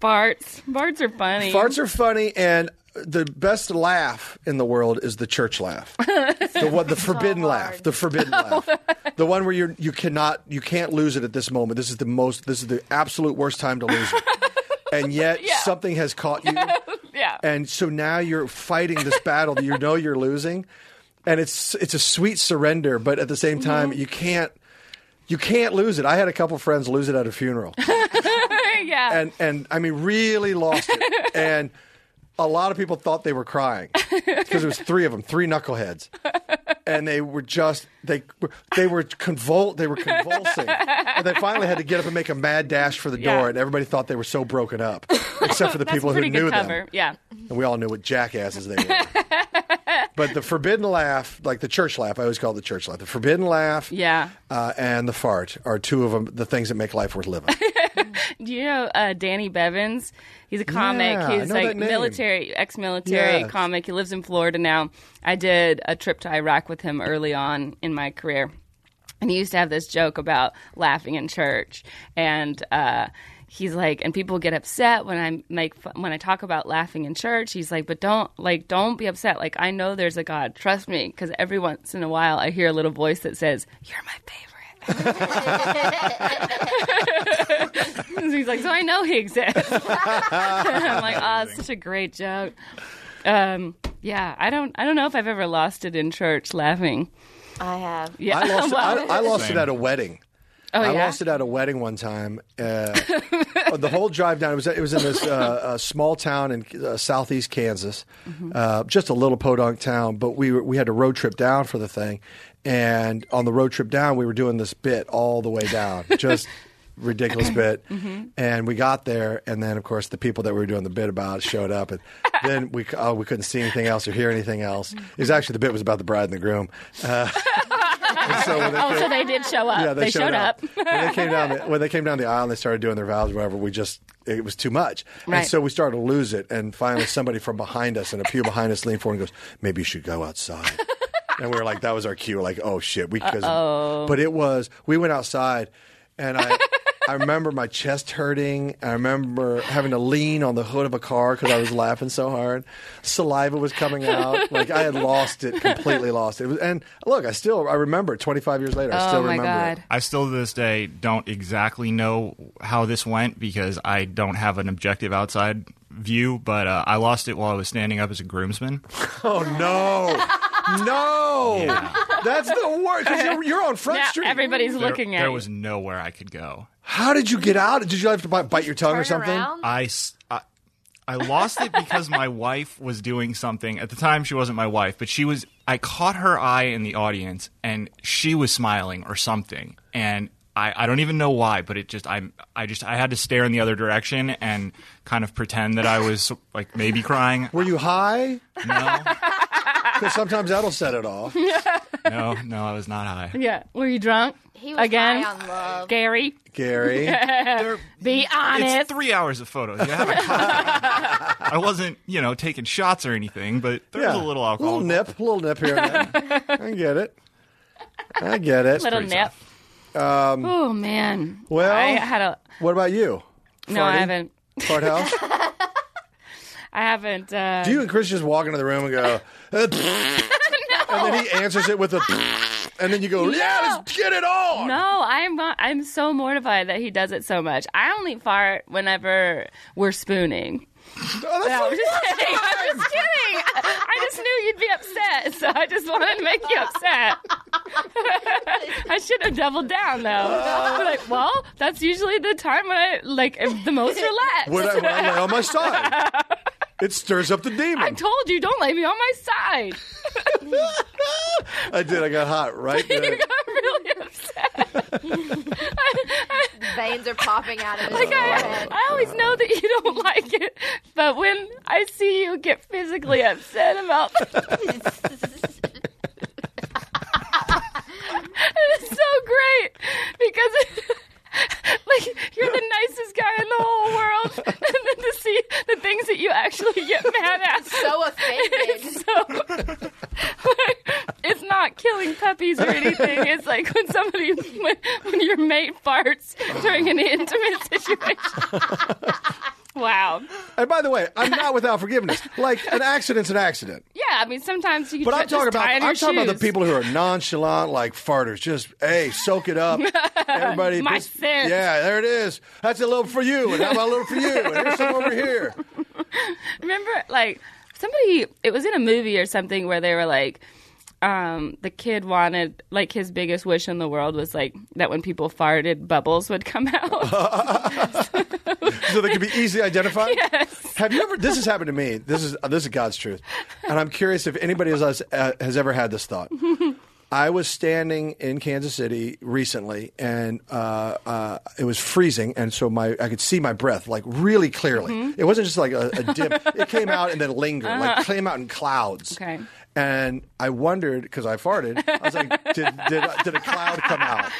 A: Farts. Farts are funny.
C: Farts are funny, and the best laugh in the world is the church laugh, the what the forbidden laugh, the forbidden laugh, the one where you you cannot you can't lose it at this moment. This is the most. This is the absolute worst time to lose it. And yet, something has caught you,
A: yeah.
C: and so now you're fighting this battle that you know you're losing, and it's it's a sweet surrender, but at the same time, you can't you can't lose it. I had a couple friends lose it at a funeral
A: yeah.
C: and and I mean really lost it. and a lot of people thought they were crying because it was three of them, three knuckleheads, and they were just they were- they were convul they were convulsing, and they finally had to get up and make a mad dash for the door,
A: Yeah.
C: and everybody thought they were so broken up, except for the
A: That's
C: people
A: a
C: who
A: pretty
C: knew
A: good
C: them,
A: cover. Yeah.
C: and we all knew what jackasses they were. But the forbidden laugh, like the church laugh, I always call it the church laugh. The forbidden laugh,
A: Yeah.
C: uh, and the fart are two of them. The things that make life worth living.
A: Do you know uh, Danny Bevins? He's a comic.
C: Yeah, I
A: He's
C: know that
A: like
C: name.
A: military, ex-military
C: Yes.
A: comic. He lives in Florida now. I did a trip to Iraq with him early on in my career, and he used to have this joke about laughing in church, and uh, he's like, and people get upset when I make fu- when I talk about laughing in church. He's like, but don't like don't be upset. Like I know there's a God. Trust me, because every once in a while I hear a little voice that says, "You're my favorite." And he's like, so I know he exists. I'm like, oh, it's such a great joke. Um, yeah, I don't, I don't know if I've ever lost it in church laughing.
B: I have.
A: Yeah,
C: I lost,
A: Well,
C: I, I lost it
D: Same.
C: at a wedding.
A: oh
C: I
A: yeah,
C: lost it at a wedding one time. Uh, the whole drive down, it was it was in this uh, uh, small town in uh, southeast Kansas,
A: Mm-hmm.
C: uh, just a little podunk town. But we were, we had a road trip down for the thing, and on the road trip down, we were doing this bit all the way down, just ridiculous bit.
A: Mm-hmm.
C: And we got there, and then of course the people that we were doing the bit about showed up, and then we c- oh, we couldn't see anything else or hear anything else. It was actually the bit was about the bride and the groom. Uh, and so when they
A: Oh,
C: came-
A: so they did show up.
C: yeah, they,
A: showed up.
C: when they came down, the, when they came down the aisle and they started doing their vows, or whatever, we just it was too much, and
A: Right.
C: so we started to lose it. And finally, somebody from behind us in a pew behind us leaned forward and goes, "Maybe you should go outside." and we were like, "That was our cue." Like, "Oh shit!" We because, but it was. We went outside, and I. I remember my chest hurting. I remember having to lean on the hood of a car because I was laughing so hard. Saliva was coming out. Like I had lost it, completely lost it. It was- And look, I still I remember it. Twenty five years later, I still
A: oh my
C: remember it.
A: god.
D: I still to this day don't exactly know how this went because I don't have an objective outside view, but uh, I lost it while I was standing up as a groomsman.
C: Oh no, no! That's the worst. 'cause You're, you're on Front
A: Now
C: Street.
A: everybody's
D: There-
A: looking at
D: There
A: you.
D: was nowhere I could go.
C: How did you get out? Did you have to bite, bite your tongue
B: Turn
C: or something?
B: around?
D: I, s- I- I lost it because my wife was doing something. At the time, she wasn't my wife, but she was. I caught her eye in the audience, and she was smiling or something, and. I, I don't even know why, but it just I I just I had to stare in the other direction and kind of pretend that I was like maybe crying.
C: Were you high?
D: No,
C: Because sometimes that'll set it off.
D: no, no, I was not high.
A: yeah. Were you drunk?
B: He was
A: Again?
B: high on love.
A: Gary,
C: Gary,
A: be honest.
D: It's three hours of photos. You have a copy. I wasn't, you know, taking shots or anything, but there was a little alcohol.
C: little nip, little nip here. And there. I get it. I get it.
A: little nip. Um, oh man.
C: Well-
A: I had a
C: What about you?
A: no.
C: Farty?
A: I haven't.
C: Fart house.
A: I haven't. Uh,
C: Do you and Chris just walk into the room and go, uh, and then he answers it with a, and then you go, yeah, let's get it on.
A: No, I'm not. I'm so mortified that he does it so much. I only fart whenever we're spooning.
C: Oh, that's
A: I'm just kidding. I'm just kidding. I just knew you'd be upset, so I just wanted to make you upset. I should have doubled down though. I'm like, well, that's usually the time when I like am the most relaxed.
C: When I, when I lay on my side, it stirs up the demon.
A: I told you, don't lay me on my side.
C: I did. I got hot right there.
A: you got really upset.
B: Veins are popping out of his
A: Like I,
B: forehead.
A: I always know that you don't like it, but when I see you get physically upset about it's so great because like you're the nicest guy in the whole world and then to see the things that you actually get mad at
B: so offended.
A: it's so it's not killing puppies or anything it's like when somebody when, when your mate farts during an intimate situation wow
C: And by the way, I'm not without forgiveness. Like an accident's an accident.
A: yeah i mean sometimes you can
C: But
A: ju-
C: I'm talking
A: just
C: about
A: tie
C: I'm
A: in your
C: talking about the
A: shoes.
C: people who are nonchalant, like farters. Just hey, soak it up, everybody.
A: My
C: this-
A: sense.
C: Yeah, there it is. That's a little for you, and how about a little for you? And here's some over here.
A: remember like somebody it was in a movie or something where they were like um, the kid wanted like his biggest wish in the world was like that when people farted bubbles would come out
C: so they can be easily identified. Yes. Have you ever? This has happened to me. This is this is God's truth, and I'm curious if anybody has uh, has ever had this thought. I was standing in Kansas City recently, and uh, uh, it was freezing, and so my I could see my breath like really clearly. It wasn't just like a, a dip; it came out and then lingered, like came out in clouds.
A: Okay.
C: And I wondered because I farted. I was like, did, did, did a cloud come out?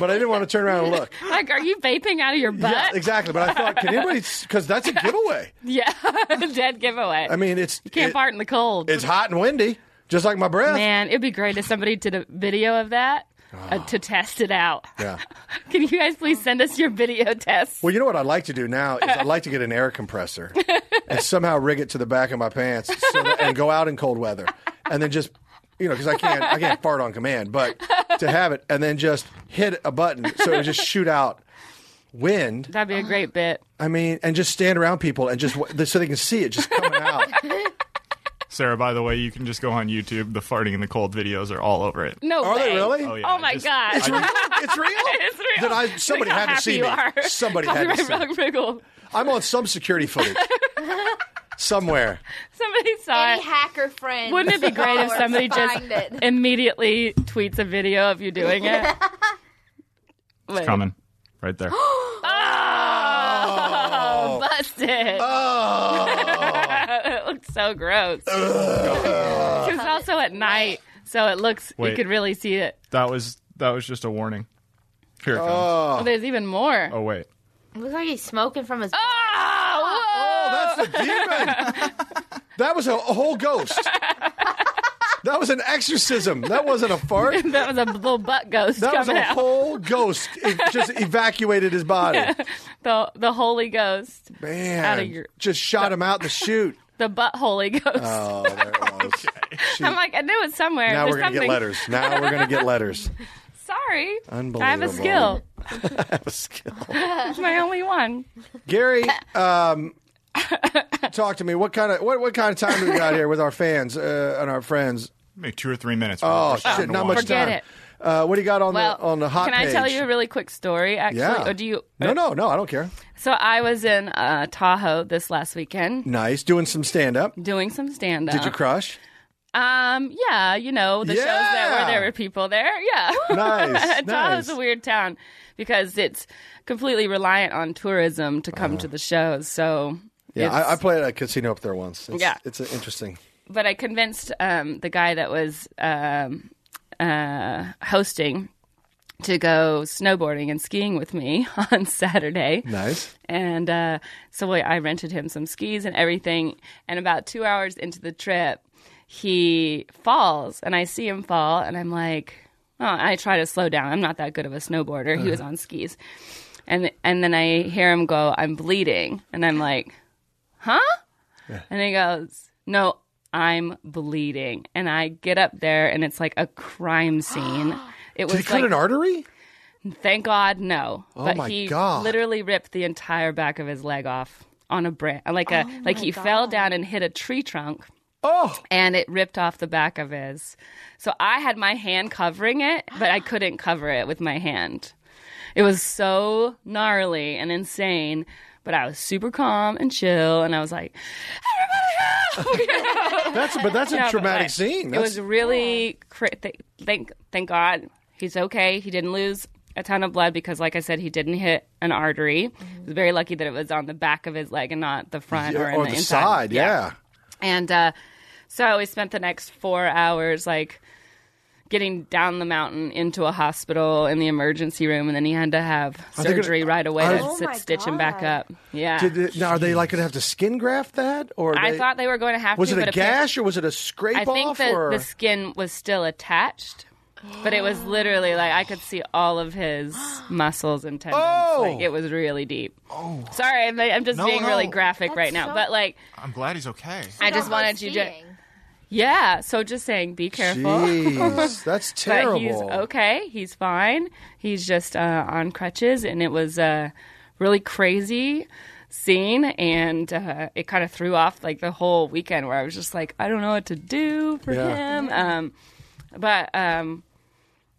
C: But I didn't want to turn around and look.
A: like are you vaping out of your butt
C: Yeah, exactly. But I thought, can anybody? Because that's a giveaway.
A: Yeah, dead giveaway
C: I mean, it's
A: can't
C: it-
A: fart in the cold
C: It's hot and windy, just like my breath.
A: man it'd be great if somebody did a video of that uh, to test it out
C: Ah. Yeah.
A: can you guys please send us your video test
C: Well, you know what I'd like to do now is I'd like to get an air compressor and somehow rig it to the back of my pants so that, and go out in cold weather, and then just you know because I can't I can't fart on command, but to have it and then just hit a button so it would just shoot out wind.
A: that'd be a great bit
C: I mean, and just stand around people and just w- so they can see it just coming out.
D: Sarah, by the way, you can just go on YouTube. The farting in the cold videos are all over it.
A: no
C: Are
A: way.
C: they really?
D: Oh, yeah.
A: Mm. oh
D: I
A: my
D: just-
A: god
C: It's real. It's real.
A: It's real.
C: Then I, somebody
A: Look how
C: had to
A: happy
C: see
A: you
C: me.
A: Are.
C: Somebody had to
A: Copyright
C: see me.
A: Rock Wriggle.
C: I'm on some security footage somewhere.
A: Somebody saw
B: Any
A: it.
B: hacker friend.
A: Wouldn't it be great if
B: followers
A: somebody just
B: find it.
A: immediately tweets a video of you doing it? Wait.
D: Coming. Right there.
A: Oh, busted.
C: Uh. Oh,
A: it looks so gross. it was also at night, so it looks, you
D: Wait.
A: could really see it.
D: That was that was just a warning. Here it comes.
A: Oh, there's even more.
D: oh wait.
B: Looks like he's smoking from his.
A: Oh, whoa.
C: That's the demon. That was a, a whole ghost. That was an exorcism. That wasn't a fart.
A: that was a little butt ghost
C: That was
A: coming
C: a
A: out.
C: whole ghost. It just evacuated his body.
A: the, the Holy Ghost.
C: Man,
A: Outta your-
C: just shot him out the chute.
A: The butt Holy Ghost.
C: Oh, there it was. Shoot.
A: I'm like, I knew it somewhere.
C: now
A: There's
C: we're gonna
A: something.
C: get letters. Now we're gonna get letters.
A: Sorry.
C: Unbelievable.
A: I have a skill.
C: That was skill.
A: It's my only one.
C: Gary, um, talk to me. What kind of what, what kind of time do we got here with our fans uh, and our friends?
D: Maybe two or three minutes.
C: Oh
D: We're starting
C: shit,
D: to
C: not
D: watch.
C: much
A: Forget
C: time.
A: it.
C: Uh, what do you got on
A: Well,
C: the on the hot
A: can I
C: page?
A: tell you a really quick story, actually?
C: yeah.
A: Or do you?
C: No, no, no. I don't care.
A: So I was in uh, Tahoe this last weekend
C: Nice, doing some stand up.
A: doing some stand up.
C: Did you crush?
A: Um, yeah, you know the shows that
C: Yeah.
A: where there were people there. Yeah,
C: Nice,
A: Tahoe's
C: nice.
A: a weird town because it's completely reliant on tourism to come to the shows. So
C: Uh. Yeah,
A: it's-
C: I, I played at a casino up there once. It's,
A: Yeah.
C: it's uh, interesting.
A: but I convinced um, the guy that was um, uh, hosting to go snowboarding and skiing with me on Saturday.
C: Nice.
A: And uh, so I I rented him some skis and everything. And about two hours into the trip, he falls, and I see him fall, and I'm like, oh, I try to slow down. I'm not that good of a snowboarder. He
C: Uh-huh.
A: was on skis. And, and then I hear him go, I'm bleeding. And I'm like, and he goes, No, I'm bleeding. And I get up there and it's like a crime scene. It was
C: Did he cut
A: like,
C: an artery?
A: thank God, no. Oh but
C: my
A: he
C: God.
A: literally ripped the entire back of his leg off on a branch, like a like he fell down and hit a tree trunk.
C: Oh,
A: and it ripped off the back of his. So I had my hand covering it, but I couldn't cover it with my hand. It was so gnarly and insane, but I was super calm and chill, and I was like,
C: that's but that's a
A: Yeah, but,
C: traumatic
A: like,
C: scene.
A: It
C: That's,
A: was really cra- th- thank thank God he's okay. He didn't lose a ton of blood because, like I said, he didn't hit an artery.
C: Mm-hmm.
A: I was very lucky that it was on the back of his leg and not the front or, in
C: or
A: the,
C: the
A: inside.
C: side, yeah.
A: And uh, so we spent the next four hours like getting down the mountain into a hospital in the emergency room, and then he had to have
C: they gonna-
A: surgery right away to
C: Oh
A: sit,
B: my
A: stitch him back
B: God.
A: up. Yeah.
C: Did it, now, are they like going to have to skin graft that, or
A: I
C: they-
A: thought they were going to have
C: was
A: to.
C: it a
A: but apparent-
C: gash or was it a scrape
A: I think
C: off?
A: the,
C: or
A: the skin was still attached, but it was literally like I could see all of his muscles and tendons.
C: Oh!
A: Like it was really deep. Oh. Sorry, I'm, I'm just
D: No,
A: being
D: no.
A: really graphic right now,
B: so-
A: but like
D: I'm glad he's okay.
A: I just wanted you to. Yeah, so just saying, be careful.
C: Jeez, that's
A: But
C: terrible.
A: he's okay. He's fine. He's just uh, on crutches, and it was a really crazy scene, and uh, it kind of threw off like the whole weekend where I was just like, I don't know what to do for
C: Yeah.
A: him. Um, but um,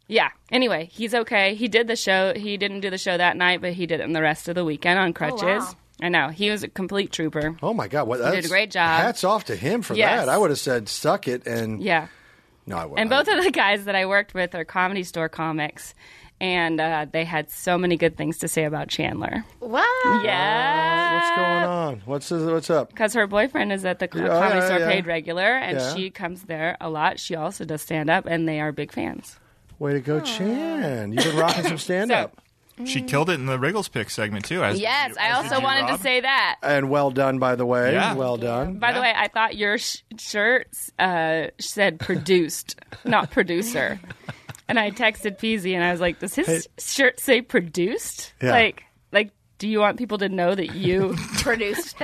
A: yeah. Anyway, he's okay. He did the show. He didn't do the show that night, but he did it the rest of the weekend on crutches. I know he was a complete trooper.
C: Oh my God! What, that's,
A: a great job.
C: Hats off to him for
A: Yes.
C: that. I would have said, "Suck it," and
A: Yeah.
C: no, I wouldn't.
A: And both of the guys that I worked with are comedy store comics, and uh, they had so many good things to say about Chandler.
B: Wow.
A: Yeah.
C: What's going on? What's what's up?
A: Because her boyfriend is at the co-
C: Yeah,
A: comedy
C: yeah,
A: store
C: yeah.
A: paid regular, and
C: Yeah.
A: she comes there a lot. She also does stand up, and they are big fans.
C: Way to go, Chan! You've been rocking some stand up,
D: She killed it in the Wriggles pick segment too. As
A: Mm. Yes,
D: as
A: I
D: did
A: also
D: you,
A: wanted
D: Rob.
A: to say that.
C: and well done, by the way.
D: Yeah.
C: Well done.
A: By the way, I thought your sh- shirt uh, said produced, not producer. And I texted Peasy, and I was like, "Does his shirt say produced?
C: Yeah.
A: Like, like, do you want people to know that you?"
B: Produced.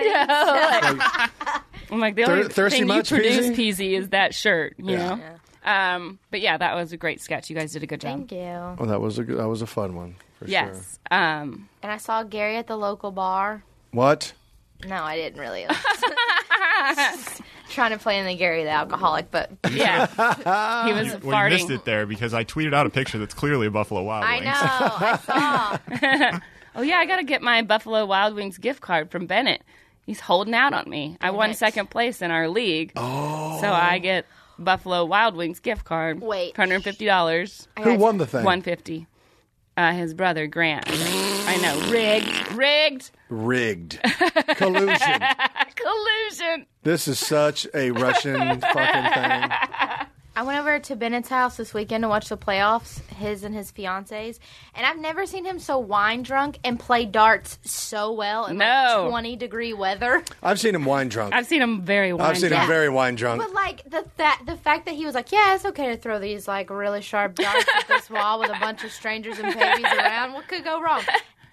A: I'm like, the only
C: thirsty
A: thing
C: much,
A: you produce, Peasy, is that shirt. You
C: Yeah.
A: know. Um, but yeah, that was a great sketch. You guys did a good job.
B: Thank you.
C: Well, that was a good- that was a fun one. For Sure.
A: Yes. Um,
B: And I saw Gary at the local bar.
C: What?
B: No, I didn't really. Trying to play in the Gary the alcoholic, but
A: Um, yeah. he was farting.
D: Well, you missed it there because I tweeted out a picture that's clearly a Buffalo Wild
B: I
D: Wings.
B: know. I saw.
A: Oh yeah, I gotta get my Buffalo Wild Wings gift card from Bennett. He's holding out on me. I won
B: it.
A: second place in our league. Oh. So I get Buffalo Wild Wings gift card.
B: Wait.
A: Hundred fifty dollars.
C: Who won the thing?
A: One fifty. Uh, his brother Grant. I know. Rigged. Rigged.
C: Rigged. Collusion.
A: Collusion.
C: This is such a Russian fucking thing.
B: I went over to Bennett's house this weekend to watch the playoffs, his and his fiance's, and I've never seen him so wine drunk and play darts so well in
A: No.
B: like 20 degree weather.
C: I've seen him wine drunk.
A: I've seen him very wine
C: I've seen him
A: drunk.
C: very wine drunk.
B: But like the that the fact that he was like, yeah, it's okay to throw these like really sharp darts at this wall with a bunch of strangers and babies around. What could go wrong?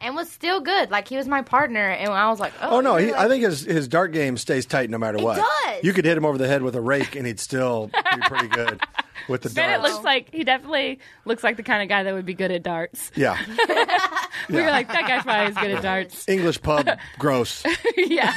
B: And was still good. Like he was my partner, and I was like, oh,
C: Oh no,
B: you're
C: he,
B: like-
C: I think his his dart game stays tight no matter what.
B: does.
C: You could hit him over the head with a rake and he'd still be pretty good with the
A: Bennett
C: darts.
A: looks like he definitely looks like the kind of guy that would be good at darts.
C: yeah,
A: We were like, that guy probably is good at darts.
C: English pub, gross.
A: yeah,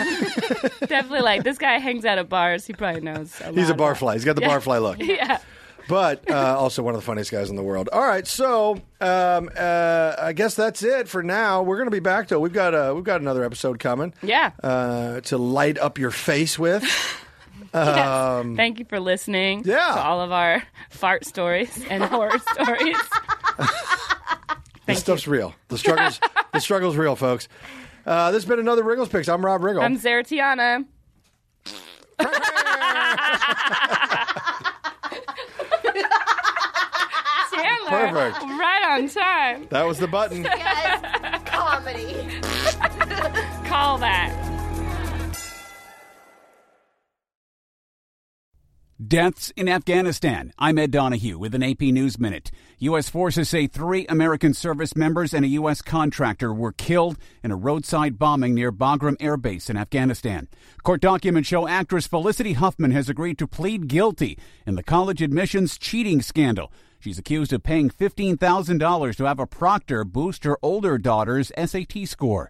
A: definitely. Like this guy hangs out at bars. He probably knows. A
C: He's a
A: lot
C: barfly.
A: about-
C: He's got the barfly look.
A: Yeah.
C: But uh, also one of the funniest guys in the world. All right, so um, uh, I guess that's it for now. We're going to be back though. We've got uh, we've got another episode coming.
A: Yeah.
C: Uh, to light up your face with.
A: Thank you for listening.
C: Um, Yeah.
A: To all of our fart stories and horror stories.
C: this stuff's real. The struggles. the struggle's real, folks. Uh, this has been another Wriggles Picks. I'm Rob Riggle.
A: I'm Sarah Tiana. Chandler.
C: Perfect.
A: Right on time.
C: That was the button.
B: guys, comedy.
A: Call that.
G: Deaths in Afghanistan. I'm Ed Donahue with an AP News Minute. U.S. forces say three American service members and a U.S. contractor were killed in a roadside bombing near Bagram Air Base in Afghanistan. Court documents show actress Felicity Huffman has agreed to plead guilty in the college admissions cheating scandal. She's accused of paying $15,000 to have a proctor boost her older daughter's SAT score.